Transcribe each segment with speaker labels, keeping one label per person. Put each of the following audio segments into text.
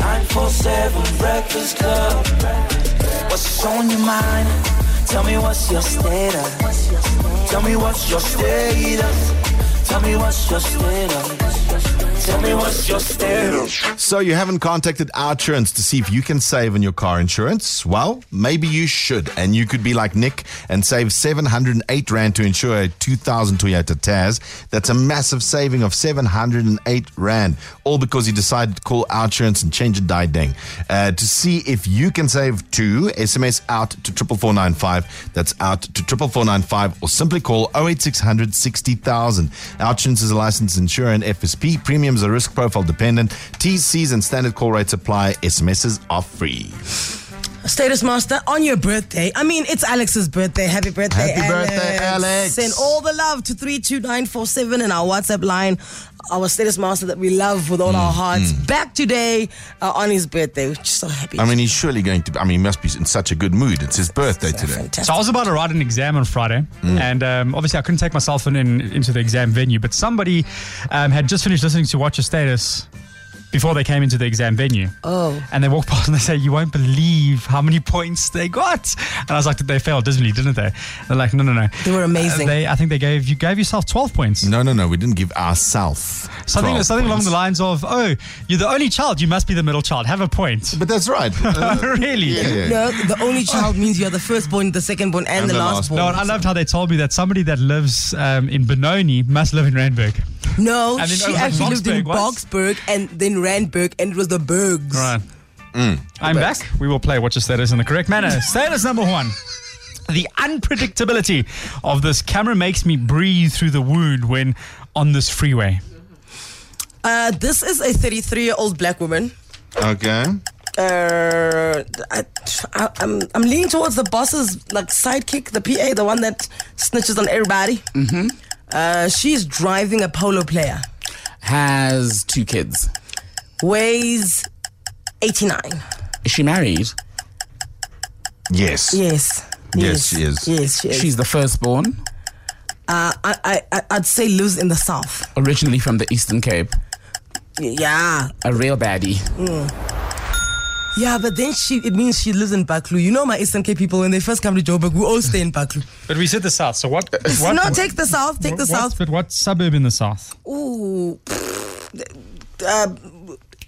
Speaker 1: 947 Breakfast Club.
Speaker 2: What's on your mind? Tell me what's your status. Tell me what's your status. Tell me what's your status. Tell me what's your status.
Speaker 3: So you haven't contacted our insurance to see if you can save on your car insurance? Well, maybe you should, and you could be like Nick and save 708 rand to insure a 2000 Toyota Taz. That's a massive saving of 708 rand, all because you decided to call our insurance and change a die dang. Uh, to see if you can save too, SMS out to triple four nine five. That's out to triple four nine five, or simply call 08600 60000. Our insurance is a licensed insurer and FSP. Premiums are risk profile dependent. TCs and standard call rates apply. SMSs are free.
Speaker 4: Status Master, on your birthday, I mean, it's Alex's birthday. Happy birthday,
Speaker 3: Happy
Speaker 4: Alex.
Speaker 3: birthday, Alex.
Speaker 4: Send all the love to 32947 in our WhatsApp line. Our Status Master that we love with all
Speaker 3: Mm,
Speaker 4: our hearts. Back today uh, on his birthday. We're just so happy.
Speaker 3: I mean, he's surely going to. I mean, he must be in such a good mood. It's his birthday today.
Speaker 5: So I was about to write an exam on Friday,
Speaker 3: Mm.
Speaker 5: and um, obviously I couldn't take myself in, in into the exam venue. But somebody um, had just finished listening to Watch Your Status before they came into the exam venue.
Speaker 4: Oh.
Speaker 5: And they walked past and they say, "You won't believe how many points they got." And I was like, "They failed dismally, didn't they?" They're like, "No, no, no.
Speaker 4: They were amazing.
Speaker 5: they, I think they gave you gave yourself twelve points.
Speaker 3: No, no, no. We didn't give ourselves
Speaker 5: Something,
Speaker 3: 12
Speaker 5: something along
Speaker 3: points.
Speaker 5: the lines of, "Oh, you're the only child. You must be the middle child. Have a point."
Speaker 3: But that's right. Uh,
Speaker 5: really?
Speaker 3: yeah, yeah.
Speaker 4: no, the only child means you're the firstborn, the secondborn, and, the, lastborn.
Speaker 5: No, and I loved how they told me that somebody that lives um, in Benoni must live in Randburg.
Speaker 4: No,
Speaker 5: And then
Speaker 4: she
Speaker 5: over to
Speaker 4: actually lived in
Speaker 5: Boxburg once.
Speaker 4: Boxburg and then Randburg, and it was the Bergs.
Speaker 5: I'm back. We will play Watch Your Status in the correct manner. status number one. The unpredictability of this camera makes me breathe through the wound when on this freeway.
Speaker 4: Uh, this is a 33 year old black woman.
Speaker 3: Okay.
Speaker 4: Uh, I, I, I'm, I'm leaning towards the boss's like sidekick, the PA, the one that snitches on everybody. Mm-hmm. Uh, she's driving a polo player,
Speaker 6: Has two kids.
Speaker 4: weighs 89.
Speaker 6: Is she married?
Speaker 3: Yes.
Speaker 4: Yes.
Speaker 3: Yes, she is.
Speaker 4: Yes, she is.
Speaker 6: She's the firstborn,
Speaker 4: uh, I, I, I, I'd say lives in the south.
Speaker 6: originally from the Eastern Cape.
Speaker 4: Yeah.
Speaker 6: A real baddie.
Speaker 4: Yeah, but then she it means she lives in Baklu. You know my Eastern Cape people when they first come to Joburg, we all stay in Baklu.
Speaker 5: But we said the south. So what?
Speaker 4: So no, take the south, take the south.
Speaker 5: But what suburb in the south?
Speaker 4: Ooh, uh,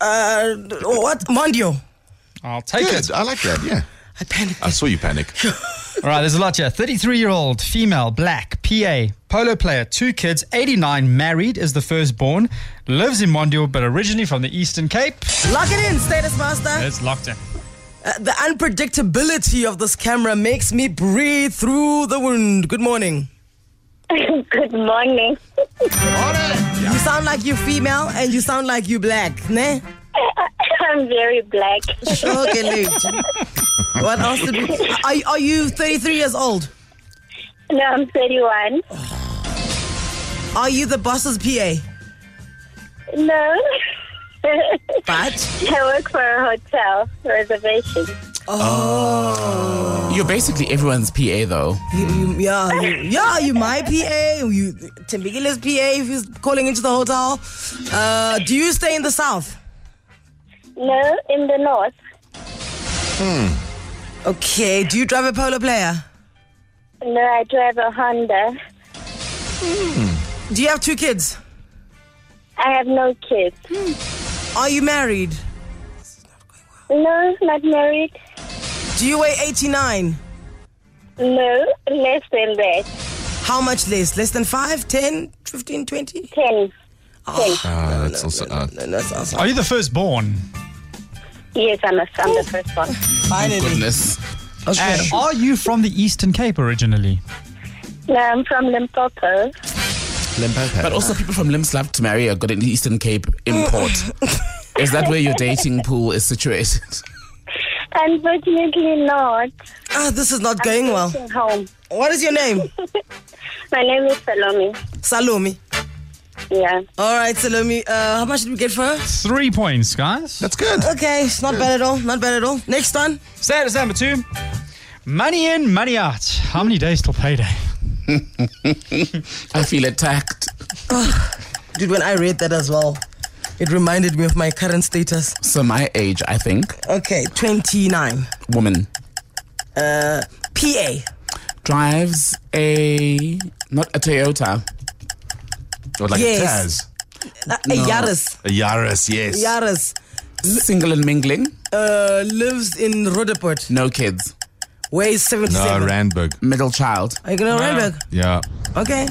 Speaker 4: uh, what Mondio?
Speaker 5: I'll take it.
Speaker 3: Good. I like that. Yeah.
Speaker 4: I panicked.
Speaker 3: I saw you panic.
Speaker 5: All right, there's a lot here. 33 year old, female, black, PA, polo player, two kids, 89, married, is the firstborn, lives in Mondial, but originally from the Eastern Cape.
Speaker 4: Lock it in, status master.
Speaker 5: It's locked in.
Speaker 4: Uh, the unpredictability of this camera makes me breathe through the wound. Good morning.
Speaker 7: Good morning.
Speaker 4: You sound like you female and you sound like you black, ne?
Speaker 7: I'm very black.
Speaker 4: Sure, can do. What else did we? Are, are you 33 years old?
Speaker 7: No, I'm 31.
Speaker 4: Are you the boss's PA?
Speaker 7: No.
Speaker 4: But
Speaker 7: I work for a hotel reservation.
Speaker 6: You're basically everyone's PA, though.
Speaker 4: you, you, yeah, you, yeah, you my PA. You Tembikile's PA if he's calling into the hotel. Uh, do you stay in the south?
Speaker 7: No, in the north.
Speaker 4: Okay. Do you drive a polo player?
Speaker 7: No, I drive a Honda.
Speaker 4: Do you have two kids?
Speaker 7: I have no kids.
Speaker 4: Are you married?
Speaker 7: No, not married.
Speaker 4: Do you weigh 89?
Speaker 7: No, less than that.
Speaker 4: How much less? Less than 5, 10, 15, 20?
Speaker 7: 10.
Speaker 3: Ah, that's also out.
Speaker 4: No, that's awesome.
Speaker 5: Are you the firstborn?
Speaker 7: Yes, I'm, a, I'm the first one.
Speaker 4: Finally.
Speaker 6: Goodness.
Speaker 4: Okay.
Speaker 5: And are you from the Eastern Cape originally?
Speaker 7: No, I'm from Limpopo.
Speaker 6: But also, people from Limbs love to marry a good Eastern Cape import. Is that where your dating pool is situated?
Speaker 7: Unfortunately, not.
Speaker 4: Ah, this is not going well.
Speaker 7: Staying Home.
Speaker 4: What is your name?
Speaker 7: My name is Salome.
Speaker 4: Salome.
Speaker 7: Yeah.
Speaker 4: All right, Salome. Uh, how much did we get for her?
Speaker 5: Three points, guys.
Speaker 3: That's good.
Speaker 4: Okay, it's not bad at all. Not bad at all. Next one.
Speaker 5: Status number two money in, money out. How many days till payday?
Speaker 6: I feel attacked.
Speaker 4: Dude, when I read that as well, it reminded me of my current status.
Speaker 6: So my age, I think,
Speaker 4: Okay, 29.
Speaker 6: woman
Speaker 4: PA.
Speaker 6: drives a not a Toyota.
Speaker 3: Or like
Speaker 4: Yes. Uh, a Yaris.
Speaker 3: a Taz. A Yaris, yes.
Speaker 4: Yaris.
Speaker 6: Single and mingling,
Speaker 4: Uh, lives in Rodeport.
Speaker 6: no kids,
Speaker 4: Weighs
Speaker 3: No,
Speaker 4: 77.
Speaker 3: Randburg.
Speaker 6: middle child.
Speaker 4: Are you going to Randburg?
Speaker 3: Yeah.
Speaker 4: Okay.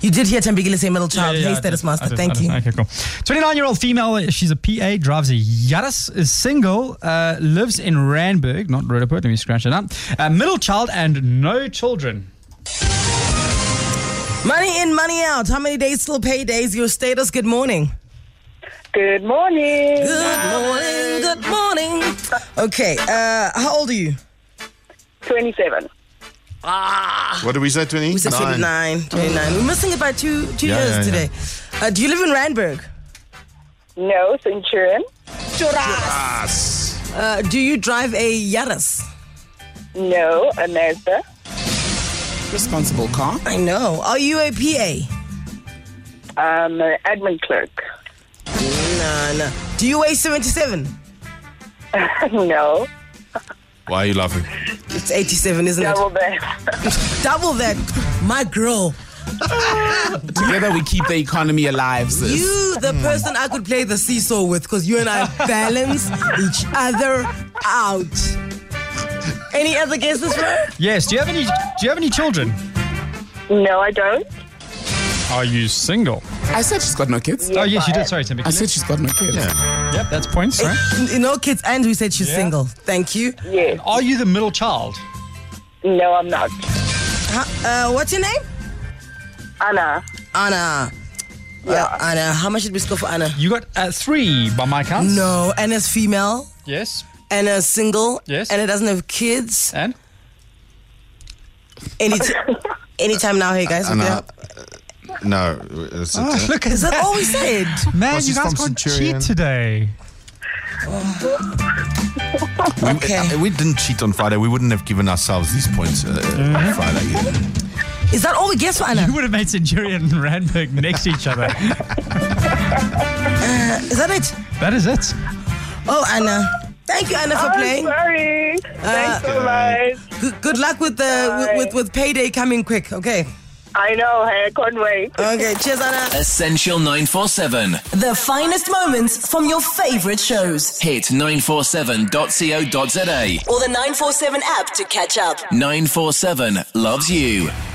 Speaker 4: You did hear Tambigile say middle child. hey,
Speaker 5: I
Speaker 4: status
Speaker 5: did, I
Speaker 4: master.
Speaker 5: did, I
Speaker 4: Thank
Speaker 5: did.
Speaker 4: you.
Speaker 5: Okay, cool. 29 year old female. She's a PA, drives a Yaris, is single, uh, lives in Randburg, not Rudderport. Let me scratch it up. Uh, middle child and no children.
Speaker 4: Money in, money out. How many days till paydays? Your status. Good morning.
Speaker 7: Good morning.
Speaker 4: Good morning. Good morning. Okay. Uh, how old are you?
Speaker 7: 27.
Speaker 3: What did we say, 20?
Speaker 4: We said 29. 29. We're missing it by two two
Speaker 3: Yeah,
Speaker 4: years
Speaker 3: yeah,
Speaker 4: today. Uh, do you live in Randburg?
Speaker 7: No, Centurion.
Speaker 4: Uh, do you drive a Yaris?
Speaker 7: No, a Mazda.
Speaker 6: Responsible car.
Speaker 4: I know. Are you a PA?
Speaker 7: I'm an admin clerk.
Speaker 4: No, no. Do you weigh 77?
Speaker 7: no,
Speaker 3: Why are you laughing?
Speaker 4: It's 87, isn't
Speaker 7: double that.
Speaker 4: it? Double that. My girl.
Speaker 6: Together we keep the economy alive, sis.
Speaker 4: You, the person I could play the seesaw with, because you and I balance each other out. Any other guesses, bro?
Speaker 5: Yes. Do you have any? Do you have any children?
Speaker 7: No, I don't.
Speaker 5: Are you single?
Speaker 6: I said she's got no kids.
Speaker 5: oh yes, you did. Sorry, Timmy.
Speaker 6: I said she's got no kids.
Speaker 5: Yep, that's points. Sorry.
Speaker 4: You know, kids, and we said she's
Speaker 5: Yeah.
Speaker 4: single. Thank you.
Speaker 7: Yes.
Speaker 5: Are you the middle child?
Speaker 7: No, I'm not.
Speaker 4: Huh, uh, what's your name?
Speaker 7: Anna.
Speaker 4: Anna. Yeah, Anna. How much did we score for Anna?
Speaker 5: You got uh, three by my count.
Speaker 4: No, Anna's Oh, female.
Speaker 5: Yes.
Speaker 4: Anna's single.
Speaker 5: Yes.
Speaker 4: Anna doesn't have kids.
Speaker 5: And
Speaker 4: Any anytime now, hey guys.
Speaker 3: Anna.
Speaker 4: okay?
Speaker 3: No. uh, It's,
Speaker 5: look at
Speaker 4: Is that all we said?
Speaker 5: man,
Speaker 3: Well,
Speaker 5: you
Speaker 3: she's
Speaker 5: guys
Speaker 3: from
Speaker 5: can't
Speaker 3: Centurion.
Speaker 5: cheat today.
Speaker 4: Okay.
Speaker 3: we didn't cheat on Friday. We wouldn't have given ourselves these points uh,
Speaker 4: Mm-hmm.
Speaker 3: on Friday. yeah.
Speaker 4: Is that all we guessed for Anna?
Speaker 5: You would have made Centurion and Randburg next to each other.
Speaker 4: Is that it?
Speaker 5: that is it.
Speaker 4: Oh, Anna. Thank you, Anna, for
Speaker 7: I'm
Speaker 4: playing.
Speaker 7: sorry. Thanks so much.
Speaker 4: Good, good luck with the
Speaker 7: Bye.
Speaker 4: with, with payday coming quick. Okay.
Speaker 7: I know. Hey, I can't wait.
Speaker 4: Okay. Cheers, Anna.
Speaker 8: Essential 947.
Speaker 9: The finest moments from your favorite shows.
Speaker 8: Hit 947.co.za.
Speaker 9: Or the 947 app to catch up.
Speaker 8: 947 loves you.